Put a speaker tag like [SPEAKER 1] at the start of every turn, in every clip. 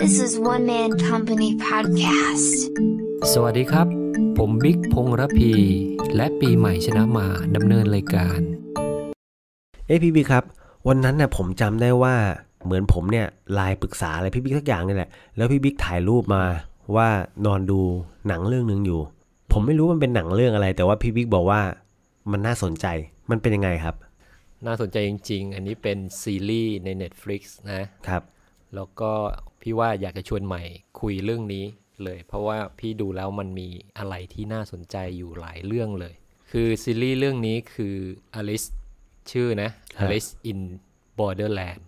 [SPEAKER 1] This is One Man Company Podcast.
[SPEAKER 2] สวัสดีครับ ผมบิ๊กพงษ์ระพี และปีใหม่ชนะมาดำเนินรายการ
[SPEAKER 3] เอ้ยพี่บิ๊กครับ วันนั้นน่ะผมจำได้ว่าเหมือนผมเนี่ยไลน์ปรึกษาอะไรพี่บิ๊กสักอย่างนี่แหละ แล้วพี่บิ๊กถ่ายรูปมาว่านอนดูหนังเรื่องหนึ่งอยู่ ผมไม่รู้มันเป็นหนังเรื่องอะไร แต่ว่าพี่บิ๊กบอกว่ามันน่าสนใจมันเป็นยังไงครับ
[SPEAKER 2] น่าสนใจจริง ๆ อันนี้เป็นซีรีส์ใน Netflix นะ
[SPEAKER 3] ครับ
[SPEAKER 2] แล้วก็พี่ว่าอยากจะชวนใหม่คุยเรื่องนี้เลย เพราะว่าพี่ดูแล้วมันมีอะไรที่น่าสนใจอยู่หลายเรื่องเลย คือซีรีส์เรื่องนี้คือ Alice ชื่อนะ
[SPEAKER 3] ครับ
[SPEAKER 2] Alice in Borderland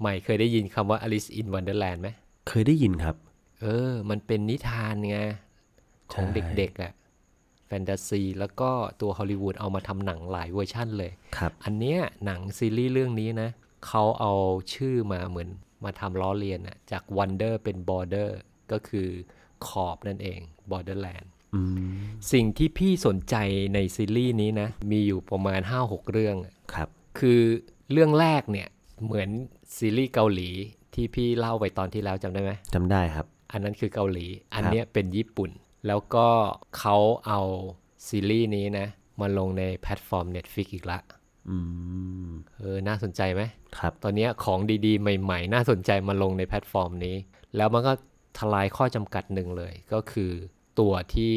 [SPEAKER 2] ใหม่เคยได้ยินคำว่า Alice in Wonderland ไหม
[SPEAKER 3] เคยได้ยินครับ
[SPEAKER 2] เออ มันเป็นนิทานไง ของ
[SPEAKER 3] ใช่
[SPEAKER 2] เด็กๆอะ่ะ แฟนตาซี แล้วก็ตัวฮอลลีวูดเอามาทำหนังหลายเวอร์ชั่นเลย
[SPEAKER 3] ครับ
[SPEAKER 2] อันเนี้ยหนังซีรีส์เรื่องนี้นะ เขาเอาชื่อมาเหมือนมาทำล้อเลียนอะจาก Wonder เป็น Border ก็คือขอบนั่นเอง Borderland
[SPEAKER 3] อืม
[SPEAKER 2] สิ่งที่พี่สนใจในซีรีส์นี้นะ มีอยู่ประมาณ 5-6 เรื่องอะ
[SPEAKER 3] ครับ
[SPEAKER 2] คือเรื่องแรกเนี่ย เหมือนซีรีส์เกาหลีที่พี่เล่าไปตอนที่แล้วจำได้ไหม
[SPEAKER 3] จำได้ครับ
[SPEAKER 2] อันนั้นคือเกาหลี อันเนี้ยเป็นญี่ปุ่น แล้วก็เขาเอาซีรีส์นี้นะมาลงในแพลตฟอร์ม Netflix อีกละ
[SPEAKER 3] อืม
[SPEAKER 2] เออ น่าสนใจไหม
[SPEAKER 3] ครับ
[SPEAKER 2] ตอนเนี้ยของดีๆ ใหม่ๆ น่าสนใจมาลงในแพลตฟอร์มนี้ แล้วมันก็ทลายข้อจำกัดหนึ่งเลย ก็คือตัวที่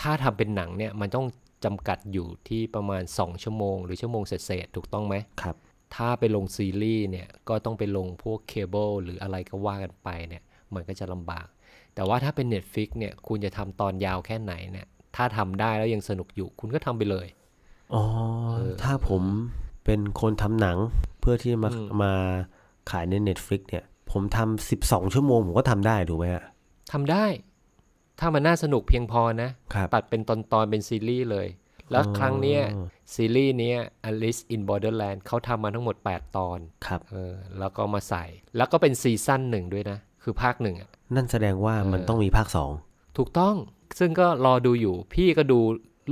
[SPEAKER 2] ถ้าทำเป็นหนังเนี่ย มันต้องจำกัดอยู่ที่ประมาณ 2 ชั่วโมง หรือชั่วโมงเศษๆถูกต้องไหม
[SPEAKER 3] ครับ
[SPEAKER 2] ถ้าไปลงซีรีส์เนี่ยก็ต้องไปลงพวกเคเบิลหรืออะไรก็ว่ากันไปเนี่ยมันก็จะลำบาก แต่ว่าถ้าเป็น Netflix เนี่ยคุณจะทำตอนยาวแค่ไหนเนี่ยถ้าทำได้แล้วยังสนุกอยู่คุณก็ทำไปเลย
[SPEAKER 3] อ๋อถ้าผมเป็นคนทำหนังเพื่อที่มา
[SPEAKER 2] อืม
[SPEAKER 3] มาขายใน Netflix เนี่ย ผมทำ12 ชั่วโมงผมก็ทำได้ถูกไหมฮะ
[SPEAKER 2] ทำได้ ถ้ามันน่าสนุกเพียงพอนะ
[SPEAKER 3] ครับ
[SPEAKER 2] ตัดเป็นตอนตอนๆเป็นซีรีส์เลย แล้วครั้งเนี้ยซีรีส์เนี้ย Alice in Borderland เขาทำมาทั้งหมด 8 ตอน
[SPEAKER 3] ครับ
[SPEAKER 2] เออแล้วก็มาใส่ แล้วก็เป็นซีซั่นหนึ่งด้วยนะ คือภาคหนึ่งอะ
[SPEAKER 3] นั่นแสดงว่า
[SPEAKER 2] เออ
[SPEAKER 3] มันต้องมีภาคสอง
[SPEAKER 2] ถูกต้อง ซึ่งก็รอดูอยู่ พี่ก็ดู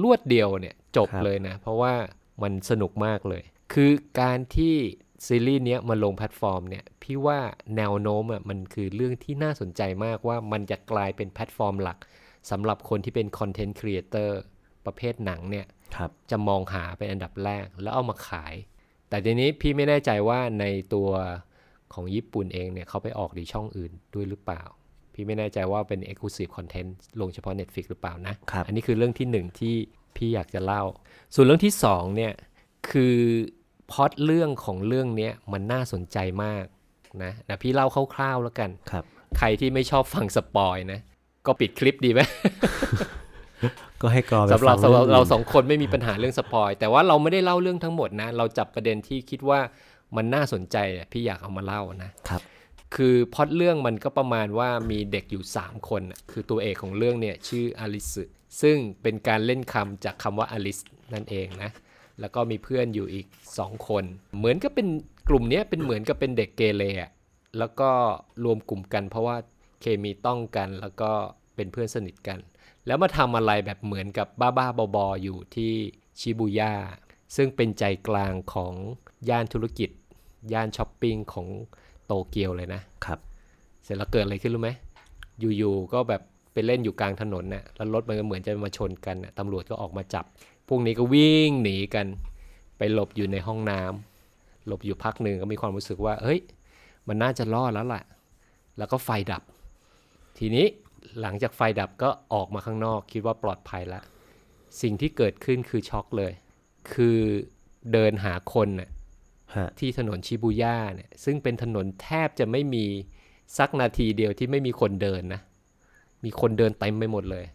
[SPEAKER 2] ลวดเดียวเนี่ย จบ
[SPEAKER 3] ครับ
[SPEAKER 2] เลยนะ เพราะว่ามันสนุกมากเลย คือการที่ซีรีส์เนี้ยมาลงแพลตฟอร์มเนี่ย พี่ว่าแนวโน้มอ่ะมันคือเรื่องที่น่าสนใจมากว่ามันจะกลายเป็นแพลตฟอร์มหลักสำหรับคนที่เป็นคอนเทนต์ครีเอเตอร์ประเภทหนังเนี่ย
[SPEAKER 3] ครับ
[SPEAKER 2] จะมองหาเป็นอันดับแรกแล้วเอามาขาย แต่ทีนี้พี่ไม่แน่ใจว่าในตัวของญี่ปุ่นเองเนี่ยเขาไปออกดีช่องอื่นด้วยหรือเปล่า พี่ไม่แน่ใจว่าเป็น Exclusive Content ลงเฉพาะ Netflix หรือเปล่านะ
[SPEAKER 3] ครับ
[SPEAKER 2] อันนี้คือเรื่องที่หนึ่งที่พี่อยากจะเล่า ส่วนเรื่องที่สองเนี่ยคือพล็อดเรื่องของเรื่องเนี้ยมันน่าสนใจมากนะนะพี่เล่าคร่าวๆแล้วกัน
[SPEAKER 3] ครับ
[SPEAKER 2] ใครที่ไม่ชอบฟังสปอยนะก็ปิดคลิปดีไหม
[SPEAKER 3] ก็ให้กรอไป
[SPEAKER 2] สำหรับ
[SPEAKER 3] ฟั
[SPEAKER 2] สำหรับ
[SPEAKER 3] ง
[SPEAKER 2] เรา
[SPEAKER 3] อง
[SPEAKER 2] สองคนไม่มีปัญหาเรื่องสปอย แต่ว่าเราไม่ได้เล่าเรื่องทั้งหมดนะ เราจับประเด็นที่คิดว่ามันน่าสนใจเนี่ยพี่อยากเอามาเล่านะ
[SPEAKER 3] ครับ
[SPEAKER 2] คือพล็อดเรื่องมันก็ประมาณว่ามีเด็กอยู่ 3 คนน่ะคือตัวเอกของเรื่องเนี่ยชื่ออลิสซึ่งเป็นการเล่นคำจากคำว่าอลิสนั่นเองนะ แล้วก็มีเพื่อนอยู่อีก 2 คน เหมือนก็เป็นกลุ่มเนี้ยเป็นเหมือนกับเป็นเด็กเกเรอะแล้วก็รวมกลุ่มกันเพราะว่าเคมีต้องกันแล้วก็เป็นเพื่อนสนิทกัน แล้วมาทำอะไรแบบเหมือนกับบ้าๆบอๆอยู่ที่ชิบูย่าซึ่งเป็นใจกลางของย่านธุรกิจ ย่านช้อปปิ้งของโตเกียวเลยนะ
[SPEAKER 3] ครับ
[SPEAKER 2] เสร็จแล้วเกิดอะไรขึ้นรู้ไหม อยู่ๆ ก็แบบไปเล่นอยู่กลางถนนน่ะ แล้วรถมันก็เหมือนจะมาชนกันน่ะตำรวจก็ออกมาจับ พวกนี้ก็วิ่งหนีกัน ไปหลบอยู่ในห้องน้ำ หลบอยู่พักหนึ่งก็มีความรู้สึกว่า เฮ้ย มันน่าจะรอดแล้วล่ะ แล้วก็ไฟดับ ทีนี้หลังจากไฟดับก็ออกมาข้างนอก คิดว่าปลอดภัยละ สิ่งที่เกิดขึ้นคือช็อกเลย คือเดินหาคนน่ะ
[SPEAKER 3] ฮะ
[SPEAKER 2] ที่ถนนชิบูย่าเนี่ยซึ่งเป็นถนนแทบจะไม่มีสักนาทีเดียวที่ไม่มีคนเดินนะ มีคนเดินเต็มไปหมดเลย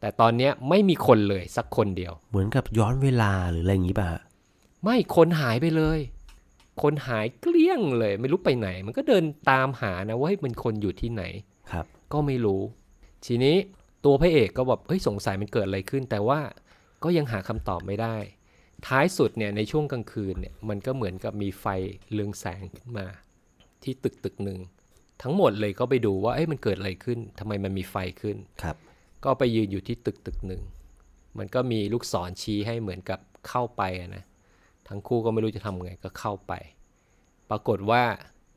[SPEAKER 2] แต่ตอนเนี้ยไม่มีคนเลยสักคนเดียว
[SPEAKER 3] เหมือนกับย้อนเวลาหรืออะไรอย่างนี้ป่ะฮะ
[SPEAKER 2] ไม่คนหายไปเลย คนหายเกลี้ยงเลย ไม่รู้ไปไหน มันก็เดินตามหานะว่าเฮ้ยมันคนอยู่ที่ไหน
[SPEAKER 3] ครับ
[SPEAKER 2] ก็ไม่รู้ ทีนี้ตัวพระเอกก็แบบเฮ้ยสงสัยมันเกิดอะไรขึ้น แต่ว่าก็ยังหาคำตอบไม่ได้ ท้ายสุดเนี่ยในช่วงกลางคืนเนี่ยมันก็เหมือนกับมีไฟเรืองแสงขึ้นมา ที่ตึกตึกหนึ่งทั้งหมดเลยก็ไปดูว่าเอ้ยมันเกิดอะไรขึ้นทำไมมันมีไฟขึ้น
[SPEAKER 3] ครับ
[SPEAKER 2] ก็ไปยืนอยู่ที่ตึกตึกหนึ่ง มันก็มีลูกศรชี้ให้เหมือนกับเข้าไปอะนะ ทั้งคู่ก็ไม่รู้จะทำไงก็เข้าไป ปรากฏว่า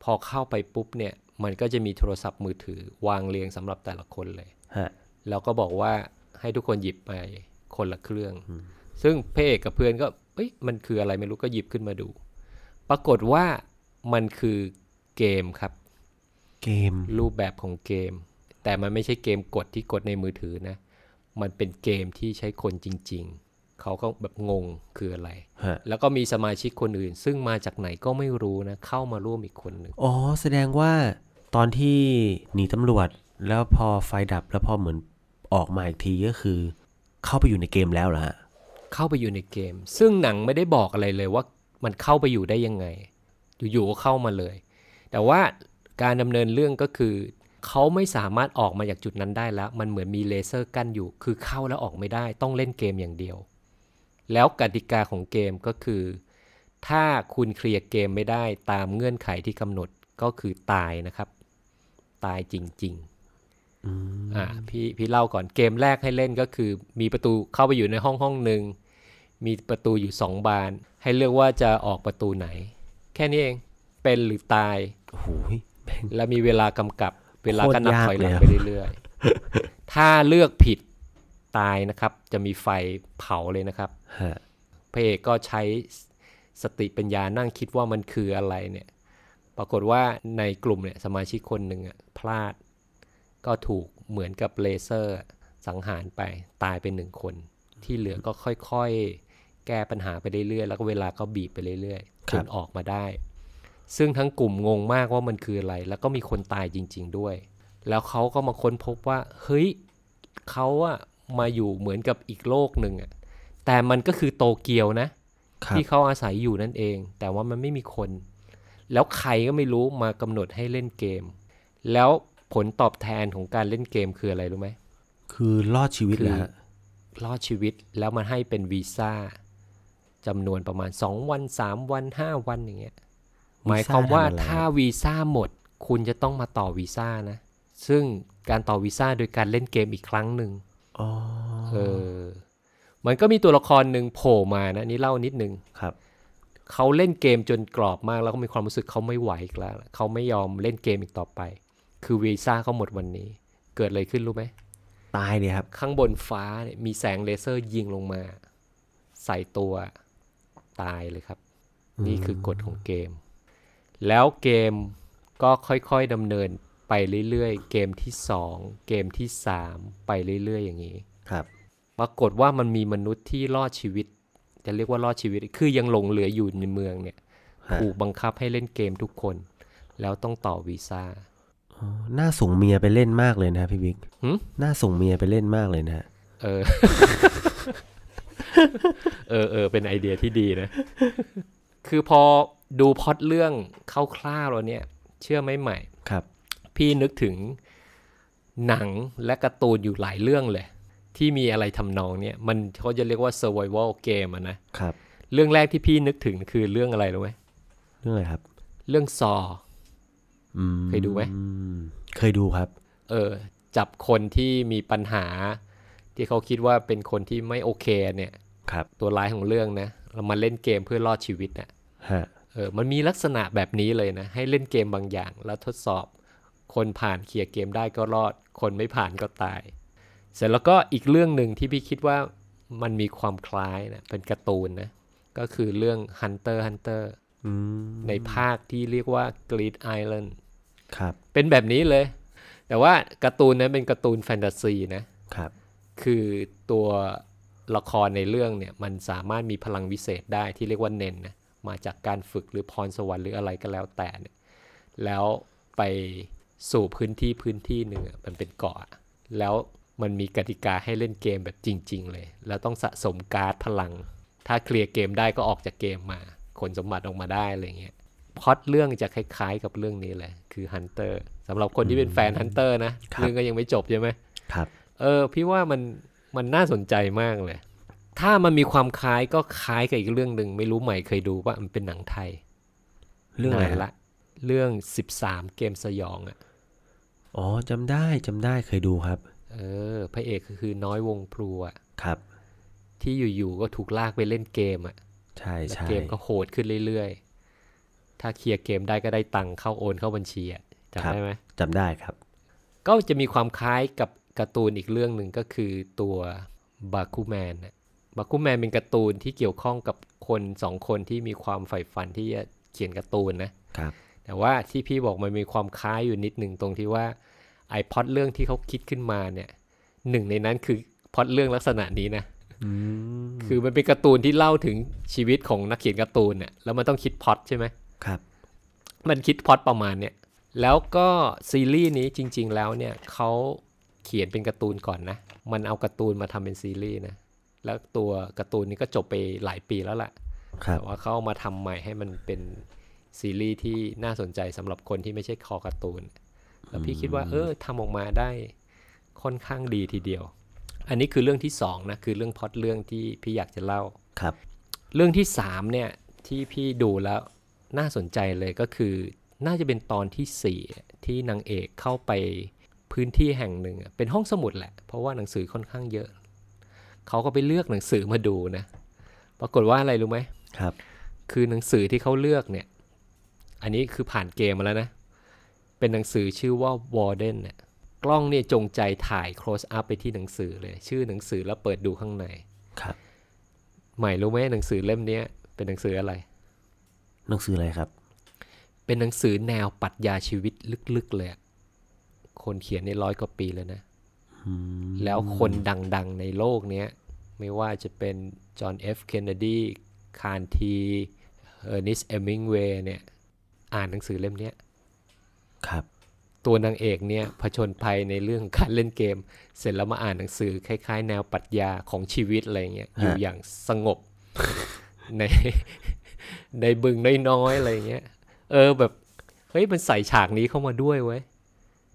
[SPEAKER 2] พอเข้าไปปุ๊บเนี่ยมันก็จะมีโทรศัพท์มือถือวางเรียงสำหรับแต่ละคนเลย
[SPEAKER 3] ฮะ
[SPEAKER 2] แล้วก็บอกว่าให้ทุกคนหยิบไปคนละเครื่อง ซึ่งพระเอกกับเพื่อนก็เอ้ยมันคืออะไรไม่รู้ก็หยิบขึ้นมาดู ปรากฏว่ามันคือเกมครับ
[SPEAKER 3] เกม
[SPEAKER 2] รูปแบบของเกม แต่มันไม่ใช่เกมกดที่กดในมือถือนะ มันเป็นเกมที่ใช้คนจริง ๆ เขาก็แบบงงคืออะไร
[SPEAKER 3] ฮะ
[SPEAKER 2] แล้วก็มีสมาชิกคนอื่น ซึ่งมาจากไหนก็ไม่รู้นะ เข้ามาร่วมอีกคนหนึ่ง
[SPEAKER 3] อ๋อ แสดงว่าตอนที่หนีตำรวจ แล้วพอไฟดับแล้วพอเหมือนออกมาอีกทีก็คือ เข้าไปอยู่ในเกมแล้วเหรอฮะ
[SPEAKER 2] เข้าไปอยู่ในเกม ซึ่งหนังไม่ได้บอกอะไรเลยว่ามันเข้าไปอยู่ได้ยังไง อยู่ๆก็เข้ามาเลย แต่ว่าการดำเนินเรื่องก็คือ เขาไม่สามารถออกมาจากจุดนั้นได้แล้ว มันเหมือนมีเลเซอร์กั้นอยู่ คือเข้าแล้วออกไม่ได้ ต้องเล่นเกมอย่างเดียว แล้วกติกาของเกมก็คือ ถ้าคุณเคลียร์เกมไม่ได้ตามเงื่อนไขที่กำหนดก็คือตายนะครับ ตายจริงๆอ่าพี่พี่เล่าก่อนเกมแรกให้เล่นก็คือ มีประตูเข้าไปอยู่ในห้องห้องหนึ่งมีประตูอยู่สองบาน ให้เลือกว่าจะออกประตูไหน แค่นี้เองเป็นหรือตาย
[SPEAKER 3] โอ้โหแม่ง
[SPEAKER 2] และมีเวลากำกับเวลาก็นับถอยหลัง
[SPEAKER 3] โคตรยากเลยอะ
[SPEAKER 2] ไปเรื่อยๆ ถ้าเลือกผิดตายนะครับ จะมีไฟเผาเลยนะครับ
[SPEAKER 3] ฮะ
[SPEAKER 2] พระเอกก็ใช้สติปัญญานั่งคิดว่ามันคืออะไรเนี่ย ปรากฏว่าในกลุ่มเนี่ยสมาชิกคนหนึ่งอะพลาด ก็ถูกเหมือนกับเลเซอร์สังหารไปตายไปหนึ่งคน ที่เหลือก็ค่อยๆ แก้ปัญหาไปเรื่อยๆ แล้วก็เวลาก็บีบไปเรื่อยๆจ
[SPEAKER 3] ครั
[SPEAKER 2] น
[SPEAKER 3] บ
[SPEAKER 2] ออกมาได้ ซึ่งทั้งกลุ่มงงมากว่ามันคืออะไร แล้วก็มีคนตายจริง ๆด้วย แล้วเขาก็มาค้นพบว่า เฮ้ยเขาอะมาอยู่เหมือนกับอีกโลกหนึ่งอะ แต่มันก็คือโตเกียวนะ
[SPEAKER 3] ครับ
[SPEAKER 2] ที่เขาอาศัยอยู่นั่นเอง แต่ว่ามันไม่มีคน แล้วใครก็ไม่รู้มากำหนดให้เล่นเกม แล้วผลตอบแทนของการเล่นเกมคืออะไรรู้ไหม
[SPEAKER 3] คือรอดชีวิต
[SPEAKER 2] คือ
[SPEAKER 3] แล้วฮะ
[SPEAKER 2] รอดชีวิตแล้วมันให้เป็นวีซ่าจำนวนประมาณ 2 วัน 3 วัน 5 วันอย่างเงี้ยหมายความว่า
[SPEAKER 3] ทำอะไร
[SPEAKER 2] ถ้าวีซ่าหมด คุณจะต้องมาต่อวีซ่านะ ซึ่งการต่อวีซ่าโดยการเล่นเกมอีกครั้งหนึ่ง
[SPEAKER 3] อ๋อ
[SPEAKER 2] เออ มันก็มีตัวละครหนึ่งโผล่มานะนี่เล่านิดนึง
[SPEAKER 3] ครับ
[SPEAKER 2] เขาเล่นเกมจนกรอบมากแล้วก็มีความรู้สึกเขาไม่ไหวอีกแล้ว เขาไม่ยอมเล่นเกมอีกต่อไป คือวีซ่าเขาหมดวันนี้ เกิดอะไรขึ้นรู้ไหม
[SPEAKER 3] ตายเลยครับ
[SPEAKER 2] ข้างบนฟ้าเนี่ยมีแสงเลเซอร์ยิงลงมา ใส่ตัวตายเลยครับ นี่คือกฎของเกม แล้วเกมก็ค่อยๆดำเนินไปเรื่อยๆ เกมที่ 2 เกมที่ 3 ไปเรื่อยๆ อย่างนี้
[SPEAKER 3] ครับ
[SPEAKER 2] ปรากฏว่ามันมีมนุษย์ที่รอดชีวิต จะเรียกว่ารอดชีวิต คือยังหลงเหลืออยู่ในเมืองเนี่ย
[SPEAKER 3] ฮะ
[SPEAKER 2] ถูกบังคับให้เล่นเกมทุกคน แล้วต้องต่อวีซ่า
[SPEAKER 3] อ๋อน่าส่งเมียไปเล่นมากเลยนะฮะพี่บิ๊ก
[SPEAKER 2] หึ
[SPEAKER 3] น่าส่งเมียไปเล่นมากเลยนะฮะ
[SPEAKER 2] เออ เออเออ เป็นไอเดียที่ดีนะ คือพอดูพล็อดเรื่องคร่าวๆแล้วเนี่ย เชื่อไหมใหม่
[SPEAKER 3] ครับ
[SPEAKER 2] พี่นึกถึงหนังและการ์ตูนอยู่หลายเรื่องเลย ที่มีอะไรทำนองเนี่ย มันเขาจะเรียกว่า survival game อะนะ
[SPEAKER 3] ครับ
[SPEAKER 2] เรื่องแรกที่พี่นึกถึงคือเรื่องอะไรรู้ไหม
[SPEAKER 3] เรื่องอะไรครับ
[SPEAKER 2] เรื่องซอ
[SPEAKER 3] อืม
[SPEAKER 2] เคยดูไหม
[SPEAKER 3] อืมเคยดูครับ
[SPEAKER 2] เออ จับคนที่มีปัญหา ที่เขาคิดว่าเป็นคนที่ไม่โอเคเนี่ย
[SPEAKER 3] ครับ
[SPEAKER 2] ตัวร้ายของเรื่องนะ เรามาเล่นเกมเพื่อรอดชีวิตนะ
[SPEAKER 3] ฮะ
[SPEAKER 2] เออ มันมีลักษณะแบบนี้เลยนะ ให้เล่นเกมบางอย่าง แล้วทดสอบ คนผ่านเคลียร์เกมได้ก็รอด คนไม่ผ่านก็ตาย เสร็จแล้วก็อีกเรื่องหนึ่งที่พี่คิดว่ามันมีความคล้ายนะ เป็นการ์ตูนนะ ก็คือเรื่อง Hunter x Hunter
[SPEAKER 3] อืม
[SPEAKER 2] ในภาคที่เรียกว่า Greed Island
[SPEAKER 3] ครับ
[SPEAKER 2] เป็นแบบนี้เลย แต่ว่าการ์ตูนนั้นเป็นการ์ตูนแฟนตาซีนะ
[SPEAKER 3] ครับ
[SPEAKER 2] คือตัวละครในเรื่องเนี่ยมันสามารถมีพลังวิเศษได้ที่เรียกว่าเนนนะ มาจากการฝึกหรือพรสวรรค์หรืออะไรก็แล้วแต่เนี่ย แล้วไปสู่พื้นที่พื้นที่หนึ่งอะมันเป็นเกาะอะแล้วมันมีกติกาให้เล่นเกมแบบจริง ๆ เลย แล้วต้องสะสมการ์ดพลัง ถ้าเคลียร์เกมได้ก็ออกจากเกมมา ขนสมบัติออกมาได้อะไรเงี้ยพล็อตเรื่องจะคล้ายๆกับเรื่องนี้เลยคือฮันเตอร์สำหรับคนที่เป็นแฟนฮันเตอร์นะครับ เรื่องก็ยังไม่จบใช่ไหม
[SPEAKER 3] ครับ
[SPEAKER 2] เออพี่ว่ามันมันน่าสนใจมากเลย ถ้ามันมีความคล้ายก็คล้ายกับอีกเรื่องหนึ่งไม่รู้ใหม่เคยดูว่ามันเป็นหนังไทย
[SPEAKER 3] เรื่องอะไร
[SPEAKER 2] นาน
[SPEAKER 3] ฮะ
[SPEAKER 2] ละ เรื่อง 13 เกมสยองอะ่ะ
[SPEAKER 3] อ๋อจำได้จำได้เคยดูครับ
[SPEAKER 2] เออพระเอกก็คือน้อยวงพลูอะ
[SPEAKER 3] ครับ
[SPEAKER 2] ที่อยู่ๆก็ถูกลากไปเล่นเกมอะ่ะ
[SPEAKER 3] ใช่
[SPEAKER 2] แล้ว
[SPEAKER 3] ใช่
[SPEAKER 2] เกมก็โหดขึ้นเรื่อย ๆ ถ้าเคลียร์เกมได้ก็ได้ตังค์เข้าโอนเข้าบัญชีอะจำได้ไหม
[SPEAKER 3] จำได้ครับ
[SPEAKER 2] ก็จะมีความคล้ายกับการ์ตูนอีกเรื่องหนึ่งก็คือตัวบาคูแมนบาคูแมนเป็นการ์ตูนที่เกี่ยวข้องกับคนสองคนที่มีความใฝ่ฝันที่จะเขียนการ์ตูนนะ
[SPEAKER 3] ครับ
[SPEAKER 2] แต่ว่าที่พี่บอกมันมีความคล้ายอยู่นิดหนึ่งตรงที่ว่าไอพล็อดเรื่องที่เขาคิดขึ้นมาเนี่ยหนึ่งในนั้นคือพล็อดเรื่องลักษณะนี้นะ
[SPEAKER 3] อืม
[SPEAKER 2] คือมันเป็นการ์ตูนที่เล่าถึงชีวิตของนักเขียนการ์ตูนเนี่ยแล้วมันต้องคิดพล็อดใช่ไหม
[SPEAKER 3] ครับ
[SPEAKER 2] มันคิดพล็อตประมาณเนี่ย แล้วก็ซีรีส์นี้จริง ๆ แล้วเนี่ยเขาเขียนเป็นการ์ตูนก่อนนะ มันเอาการ์ตูนมาทำเป็นซีรีส์นะ แล้วตัวการ์ตูนนี้ก็จบไปหลายปีแล้วล่ะ
[SPEAKER 3] ครับ
[SPEAKER 2] แต่ว่าเขาเอามาทำใหม่ให้มันเป็นซีรีส์ที่น่าสนใจสำหรับคนที่ไม่ใช่คอการ์ตูน แล้วพี่คิดว่าเออทำออกมาได้ค่อนข้างดีทีเดียว อันนี้คือเรื่องที่สองนะ คือเรื่องพล็อตเรื่องที่พี่อยากจะเล่า
[SPEAKER 3] ครับ
[SPEAKER 2] เรื่องที่ 3 เนี่ย ที่พี่ดูแล้วน่าสนใจเลยก็คือ น่าจะเป็นตอนทีสี่4 ที่นางเอกเข้าไปพื้นที่แห่งหนึ่งอะเป็นห้องสมุดแหละ เพราะว่าหนังสือค่อนข้างเยอะ เขาก็ไปเลือกหนังสือมาดูนะ ปรากฏว่าอะไรรู้ไหม
[SPEAKER 3] ครับ
[SPEAKER 2] คือหนังสือที่เขาเลือกเนี่ย อันนี้คือผ่านเกมมาแล้วนะ เป็นหนังสือชื่อว่า Warden เนี่ยกล้องเนี่ยจงใจถ่าย close up ไปที่หนังสือเลย ชื่อหนังสือแล้วเปิดดูข้างใน
[SPEAKER 3] ครับ
[SPEAKER 2] ใหม่รู้ไหมหนังสือเล่มเนี้ยเป็นหนังสืออะไร
[SPEAKER 3] หนังสืออะไรครับ
[SPEAKER 2] เป็นหนังสือแนวปรัชญาชีวิตลึกๆเลยอะคนเขียนในร้อยกว่าปีแล้วนะ
[SPEAKER 3] อืม
[SPEAKER 2] แล้วคนดังๆในโลกเนี้ย ไม่ว่าจะเป็นจอห์นเอฟเคนเนดี คานทีเออร์นิสเอมิงเวย์เนี่ย อ่านหนังสือเล่มเนี้ย
[SPEAKER 3] ครับ
[SPEAKER 2] ตัวนางเอกเนี่ยผชนภัยในเรื่องการเล่นเกม เสร็จแล้วมาอ่านหนังสือคล้ายๆ แนวปรัชญาของชีวิตอะไรเงี้ยอยู่
[SPEAKER 3] ฮะ
[SPEAKER 2] อย่างสงบ ใน ในบึงน้อยๆอะไรเงี้ยเออแบบ เฮ้ยมันใส่ฉากนี้เข้ามาด้วยเว้ย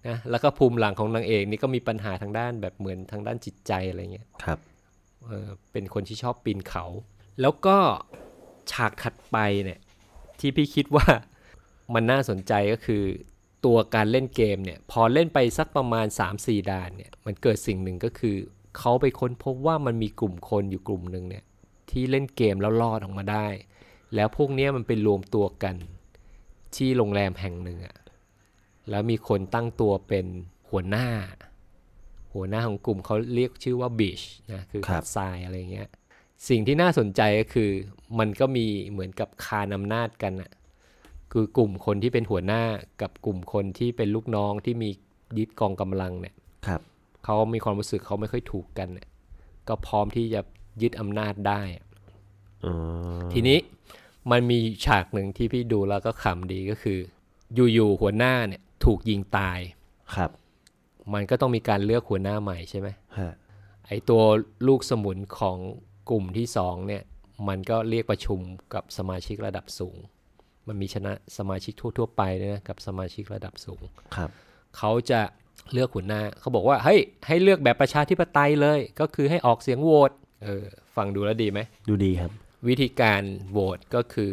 [SPEAKER 2] นะแล้วก็ภูมิหลังของนางเอกนี่ก็มีปัญหาทางด้านแบบเหมือนทางด้านจิตใจอะไรเงี้ย
[SPEAKER 3] ครับ
[SPEAKER 2] เออเป็นคนที่ชอบปีนเขา แล้วก็ฉากถัดไปเนี่ยที่พี่คิดว่า มันน่าสนใจก็คือ ตัวการเล่นเกมเนี่ยพอเล่นไปสักประมาณ 3-4 ด่านเนี่ยมันเกิดสิ่งหนึ่งก็คือ เขาไปค้นพบว่ามันมีกลุ่มคนอยู่กลุ่มหนึ่งเนี่ยที่เล่นเกมแล้วรอดออกมาได้ แล้วพวกเนี้ยมันไปรวมตัวกันที่โรงแรมแห่งหนึ่งอะแล้วมีคนตั้งตัวเป็นหัวหน้า หัวหน้าของกลุ่มเขาเรียกชื่อว่าบีชนะคือ
[SPEAKER 3] ครั
[SPEAKER 2] หา
[SPEAKER 3] บ
[SPEAKER 2] ดทรายอะไรเงี้ยสิ่งที่น่าสนใจก็คือ มันก็มีเหมือนกับคานอำนาจกันอะคือกลุ่มคนที่เป็นหัวหน้ากับกลุ่มคนที่เป็นลูกน้องที่มียึดกองกำลังเนี่ย
[SPEAKER 3] ครับ
[SPEAKER 2] เขามีความรู้สึกเขาไม่ค่อยถูกกันเนี่ยก็พร้อมที่จะยึดอำนาจได้อะ
[SPEAKER 3] อ๋อ
[SPEAKER 2] ทีนี้มันมีฉากหนึ่งที่พี่ดูแล้วก็ขำดีก็คือ อยู่ๆหัวหน้าเนี่ยถูกยิงตาย
[SPEAKER 3] ครับ
[SPEAKER 2] มันก็ต้องมีการเลือกหัวหน้าใหม่ใช่ไหม
[SPEAKER 3] ฮะ
[SPEAKER 2] ไอตัวลูกสมุนของกลุ่มที่สองเนี่ย มันก็เรียกประชุมกับสมาชิกระดับสูง มันมีชนะสมาชิกทั่ว ๆ ไปด้วยนะกับสมาชิกระดับสูง
[SPEAKER 3] ครับ
[SPEAKER 2] เขาจะเลือกหัวหน้า เขาบอกว่าเฮ้ยให้เลือกแบบประชาธิปไตยเลย ก็คือให้ออกเสียงโหวตเออฟังดูแล้วดีไหม
[SPEAKER 3] ดูดีครับ
[SPEAKER 2] วิธีการโหวตก็คือ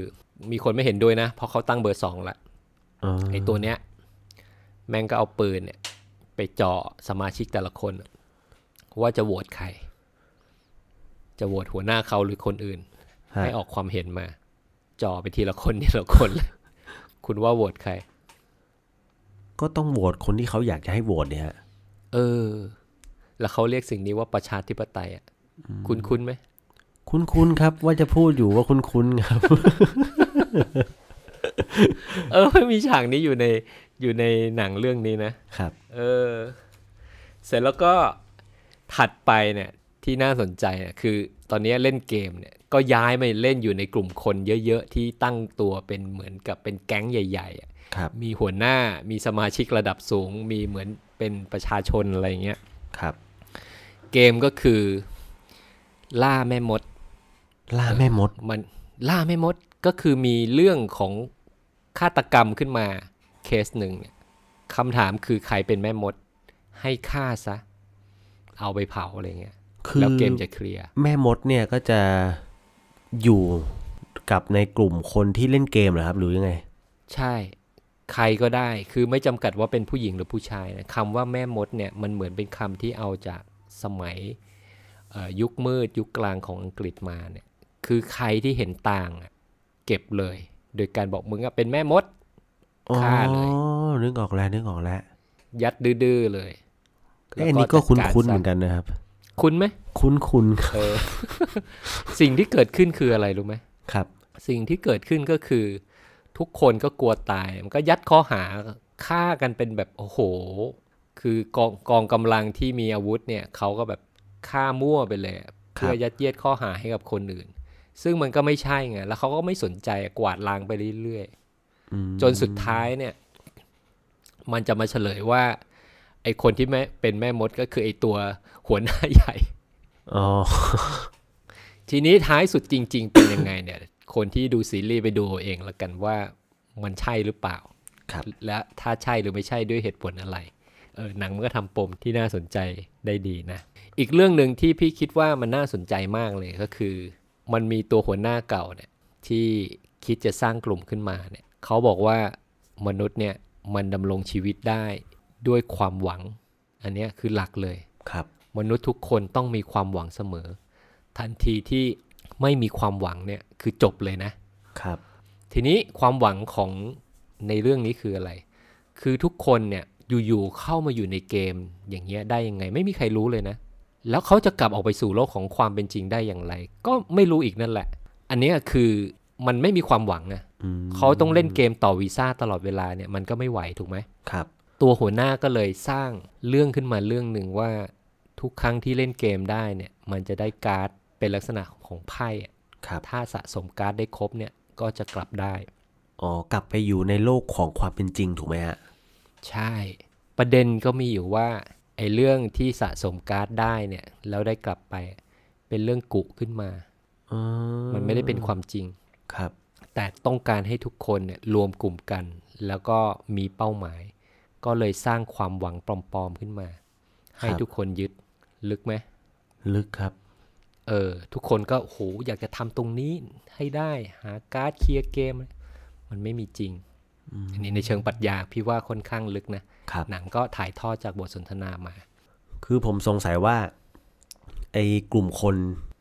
[SPEAKER 2] มีคนไม่เห็นด้วยนะเพราะเขาตั้งเบอร์สองละ
[SPEAKER 3] อ๋อ
[SPEAKER 2] ไอตัวเนี้ยแม่งก็เอาปืนเนี่ย ไปเจาะสมาชิกแต่ละคน ว่าจะโหวตใคร จะโหวตหัวหน้าเขาหรือคนอื่น
[SPEAKER 3] ฮะ
[SPEAKER 2] ให้ออกความเห็นมาเจาะไปทีละคนทีละคนเลยคุณว่าโหวตใคร
[SPEAKER 3] ก็ต้องโหวตคนที่เขาอยากจะให้โหวตเนี่ยฮะ
[SPEAKER 2] เออ แล้วเขาเรียกสิ่งนี้ว่าประชาธิปไตยอ่ะคุณคุ้นไหม
[SPEAKER 3] คุ้นๆครับ ว่าจะพูดอยู่ว่าคุ้นๆครับ
[SPEAKER 2] เออไม่มีฉากนี้อยู่ในอยู่ในหนังเรื่องนี้นะ
[SPEAKER 3] ครับ
[SPEAKER 2] เออ เสร็จแล้วก็ถัดไปเนี่ยที่น่าสนใจเนี่ยคือตอนนี้เล่นเกมเนี่ยก็ย้ายมาเล่นอยู่ในกลุ่มคนเยอะๆ ที่ตั้งตัวเป็นเหมือนกับเป็นแก๊งใหญ่ๆอะ
[SPEAKER 3] ครับ
[SPEAKER 2] มีหัวหน้ามีสมาชิกระดับสูง มีเหมือนเป็นประชาชนอะไรเงี้ย
[SPEAKER 3] ครับ
[SPEAKER 2] เกมก็คือ ล่าแม่มด
[SPEAKER 3] ล่าแม่มด
[SPEAKER 2] มันล่าแม่มดก็คือมีเรื่องของฆาตกรรมขึ้นมาเคสหนึ่งเนี่ยคำถามคือใครเป็นแม่มด ให้ฆ่าซะ เอาไปเผาอะไรเงี้ย
[SPEAKER 3] คือ
[SPEAKER 2] แล้วเกมจะเคลียร์
[SPEAKER 3] แม่มดเนี่ยก็จะอยู่กับในกลุ่มคนที่เล่นเกมเหรอครับหรือยังไง
[SPEAKER 2] ใช่ ใครก็ได้คือไม่จำกัดว่าเป็นผู้หญิงหรือผู้ชายนะคำว่าแม่มดเนี่ยมันเหมือนเป็นคำที่เอาจากสมัยเอ่อยุคมืดยุคกลางของอังกฤษมาเนี่ยคือใครที่เห็นต่างอะเก็บเลย โดยการบอกมึงอะเป็นแม่มด
[SPEAKER 3] อ๋อ
[SPEAKER 2] ฆ่าเลย
[SPEAKER 3] นึกออกแล้วนึกออกแล้ว
[SPEAKER 2] ยัดดื้อๆเลย
[SPEAKER 3] เอ้ยอันนี้ก็คุ้น
[SPEAKER 2] จัดาร
[SPEAKER 3] คุ้นๆเหมือน
[SPEAKER 2] ซะ
[SPEAKER 3] กันนะครับ
[SPEAKER 2] คุ้นไหม
[SPEAKER 3] คุ้นคุ้น
[SPEAKER 2] เออ สิ่งที่เกิดขึ้นคืออะไรรู้ไหม
[SPEAKER 3] ๆครับ
[SPEAKER 2] สิ่งที่เกิดขึ้นก็คือ ทุกคนก็กลัวตาย มันก็ยัดข้อหาฆ่ากันเป็นแบบโอ้โห คือกองกองกำลังที่มีอาวุธเนี่ยเขาก็แบบฆ่ามั่วไปเลยอะ
[SPEAKER 3] ครับ
[SPEAKER 2] เพื่อยัดเยียดข้อหาให้กับคนอื่น ซึ่งมันก็ไม่ใช่ไงแล้วเขาก็ไม่สนใจกวาดล้างไปเรื่อย
[SPEAKER 3] อืม
[SPEAKER 2] ๆ จนสุดท้ายเนี่ย มันจะมาเฉลยว่า ไอคนที่แม่เป็นแม่มดก็คือไอตัวหัวหน้าใหญ่
[SPEAKER 3] อ๋อ
[SPEAKER 2] ทีนี้ท้ายสุดจริง ๆ เป็นยังไงเนี่ย คนที่ดูซีรีส์ไปดูเอาเองแล้วกันว่ามันใช่หรือเปล่า
[SPEAKER 3] ครับ
[SPEAKER 2] และถ้าใช่หรือไม่ใช่ด้วยเหตุผลอะไร เออหนังมันก็ทำปมที่น่าสนใจได้ดีนะ อีกเรื่องหนึ่งที่พี่คิดว่ามันน่าสนใจมากเลยก็คือ มันมีตัวหัวหน้าเก่าเนี่ยที่คิดจะสร้างกลุ่มขึ้นมาเนี่ยเขาบอกว่ามนุษย์เนี่ยมันดำรงชีวิตได้ด้วยความหวัง อันเนี้ยคือหลักเลย
[SPEAKER 3] ครับ
[SPEAKER 2] มนุษย์ทุกคนต้องมีความหวังเสมอ ทันทีที่ไม่มีความหวังเนี่ยคือจบเลยนะ
[SPEAKER 3] ครับ
[SPEAKER 2] ทีนี้ความหวังของในเรื่องนี้คืออะไร คือทุกคนเนี่ยอยู่ๆเข้ามาอยู่ในเกมอย่างเงี้ยได้ยังไง ไม่มีใครรู้เลยนะ แล้วเขาจะกลับออกไปสู่โลกของความเป็นจริงได้อย่างไร ก็ไม่รู้อีกนั่นแหละ อันเนี้ยคือมันไม่มีความหวังอะ
[SPEAKER 3] อืม
[SPEAKER 2] เขาต้องเล่นเกมต่อวีซ่าตลอดเวลาเนี่ยมันก็ไม่ไหวถูกไหม
[SPEAKER 3] ครับ
[SPEAKER 2] ตัวหัวหน้าก็เลยสร้างเรื่องขึ้นมาเรื่องหนึ่งว่าทุกครั้งที่เล่นเกมได้เนี่ย มันจะได้การ์ดเป็นลักษณะของไพ่อะ
[SPEAKER 3] ครับ
[SPEAKER 2] ถ้าสะสมการ์ดได้ครบเนี่ยก็จะกลับได้
[SPEAKER 3] อ๋อ กลับไปอยู่ในโลกของความเป็นจริงถูกไหมฮะ
[SPEAKER 2] ใช่ ประเด็นก็มีอยู่ว่าไอ้เรื่องที่สะสมการ์ดได้เนี่ยแล้วได้กลับไป เป็นเรื่องกุขึ้นมา
[SPEAKER 3] อ๋อ
[SPEAKER 2] มันไม่ได้เป็นความจริง
[SPEAKER 3] ครับ
[SPEAKER 2] แต่ต้องการให้ทุกคนเนี่ยรวมกลุ่มกัน แล้วก็มีเป้าหมาย ก็เลยสร้างความหวังปลอมๆขึ้นมา ให้
[SPEAKER 3] ครับ
[SPEAKER 2] ทุกคนยึดลึกไหม
[SPEAKER 3] ลึกครับ
[SPEAKER 2] เออทุกคนก็โหอยากจะทำตรงนี้ให้ได้หาการ์ดเคลียร์เกม มันไม่มีจริง
[SPEAKER 3] อืม
[SPEAKER 2] อันนี้ในเชิงปรัชญาพี่ว่าค่อนข้างลึกนะครับ หนังก็ถ่ายทอดจากบทสนทนามา
[SPEAKER 3] คือผมสงสัยว่า ไอ้กลุ่มคน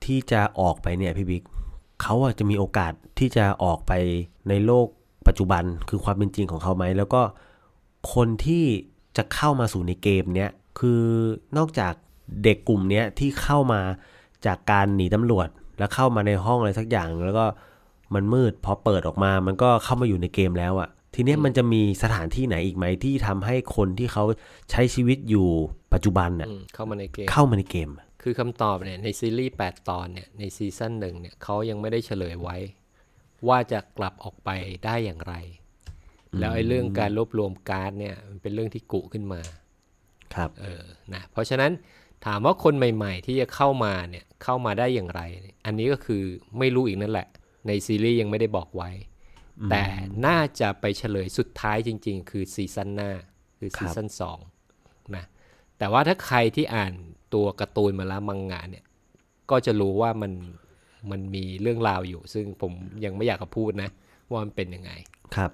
[SPEAKER 3] ที่จะออกไปเนี่ยพี่บิ๊กเขาอะจะมีโอกาสที่จะออกไปในโลกปัจจุบันคือความเป็นจริงของเขาไหม แล้วก็คนที่จะเข้ามาสู่ในเกมเนี้ยคือนอกจากเด็กกลุ่มเนี้ยที่เข้ามาจากการหนีตำรวจ แล้วเข้ามาในห้องอะไรสักอย่าง แล้วก็มันมืดพอเปิดออกมา มันก็เข้ามาอยู่ในเกมแล้วอะทีเนี้ยมันจะมีสถานที่ไหนอีกไหมที่ทำให้คนที่เขาใช้ชีวิตอยู่ปัจจุบันอะ
[SPEAKER 2] อืมเข้ามาในเกม
[SPEAKER 3] เข้ามาในเกมอะ
[SPEAKER 2] คือคำตอบเนี่ยในซีรีส์ 8 ตอนเนี่ยในซีซั่นหนึ่งเนี่ยเขายังไม่ได้เฉลยไว้ ว่าจะกลับออกไปได้อย่างไร แล้วไอ้เรื่องการรวบรวมการ์ดเนี่ยมันเป็นเรื่องที่กุขึ้นมา
[SPEAKER 3] ครับ
[SPEAKER 2] เออ นะ เพราะฉะนั้นถามว่าคนใหม่ ๆ ที่จะเข้ามาเนี่ย เข้ามาได้อย่างไร อันนี้ก็คือไม่รู้อีกนั่นแหละ ในซีรีส์ยังไม่ได้บอกไว้ แต่น่าจะไปเฉลยสุดท้ายจริง ๆ คือซีซั่นหน้า คือ
[SPEAKER 3] ครับ
[SPEAKER 2] ซีซั่นสองนะ แต่ว่าถ้าใครที่อ่านตัวการ์ตูนมาแล้วมังงะเนี่ย ก็จะรู้ว่ามัน มันมีเรื่องราวอยู่ ซึ่งผมยังไม่อยากจะพูดนะ ว่ามันเป็นยังไง
[SPEAKER 3] ครับ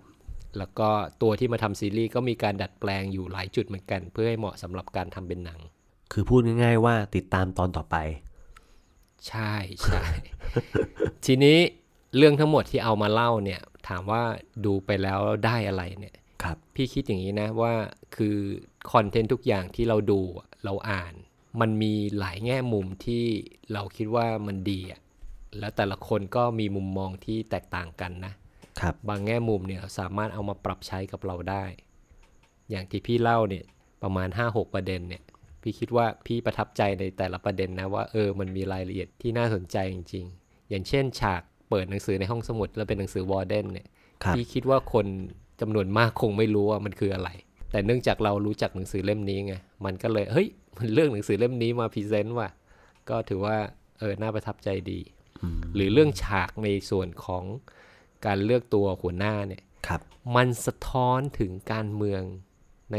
[SPEAKER 2] แล้วก็ตัวที่มาทำซีรีส์ก็มีการดัดแปลงอยู่หลายจุดเหมือนกัน เพื่อให้เหมาะสำหรับการทำเป็นหนัง
[SPEAKER 3] คือพูดง่ายๆว่าติดตามตอนต่อไป
[SPEAKER 2] ใช่ใช่ ทีนี้เรื่องทั้งหมดที่เอามาเล่าเนี่ย ถามว่าดูไปแล้วได้อะไรเนี่ย
[SPEAKER 3] ครับ
[SPEAKER 2] พี่คิดอย่างนี้นะว่าคือคอนเทนต์ทุกอย่างที่เราดูอะเราอ่าน มันมีหลายแง่มุมที่เราคิดว่ามันดีอะแล้วแต่ละคนก็มีมุมมองที่แตกต่างกันนะ
[SPEAKER 3] ครับ
[SPEAKER 2] บางแง่มุมเนี่ยเราสามารถเอามาปรับใช้กับเราได้ อย่างที่พี่เล่าเนี่ยประมาณ 5-6 ประเด็นเนี่ยพี่คิดว่าพี่ประทับใจในแต่ละประเด็นนะว่าเออมันมีรายละเอียดที่น่าสนใจจริงๆ อย่างเช่น ฉากเปิดหนังสือในห้องสมุดแล้วเป็นหนังสือวอร์เดนเนี่ย
[SPEAKER 3] ครับ
[SPEAKER 2] พี่คิดว่าคนจำนวนมากคงไม่รู้ว่ามันคืออะไร แต่เนื่องจากเรารู้จักหนังสือเล่มนี้ไงมันก็เลยเฮ้ยมันเลือกหนังสือเล่มนี้มาพรีเซนต์ว่ะก็ถือว่าเออน่าประทับใจดี
[SPEAKER 3] อืม
[SPEAKER 2] หรือเรื่องฉากในส่วนของการเลือกตัวหัวหน้าเนี่ย
[SPEAKER 3] ครับ
[SPEAKER 2] มันสะท้อนถึงการเมืองใน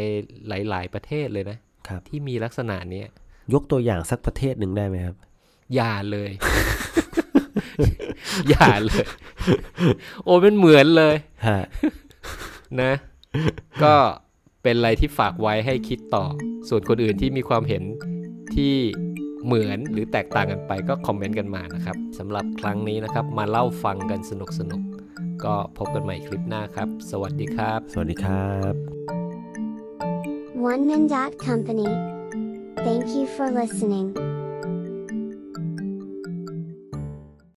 [SPEAKER 2] หลาย ๆ ประเทศเลยนะ
[SPEAKER 3] ครับ
[SPEAKER 2] ที่มีลักษณะเนี้ย
[SPEAKER 3] ยกตัวอย่างสักประเทศหนึ่งได้ไหมครับ
[SPEAKER 2] อย่าเลย อย่าเลย โอ้เป็นเหมือนเลย
[SPEAKER 3] ฮะ
[SPEAKER 2] นะ ก็เป็นอะไรที่ฝากไว้ให้คิดต่อ ส่วนคนอื่นที่มีความเห็นที่เหมือนหรือแตกต่างกันไปก็คอมเมนต์กันมานะครับสำหรับครั้งนี้นะครับ มาเล่าฟังกันสนุกๆ ก็พบกันใหม่คลิปหน้าครับ สวัสดีครับ
[SPEAKER 3] สวัสดีครับ
[SPEAKER 4] OneMan.company. Thank you for listening.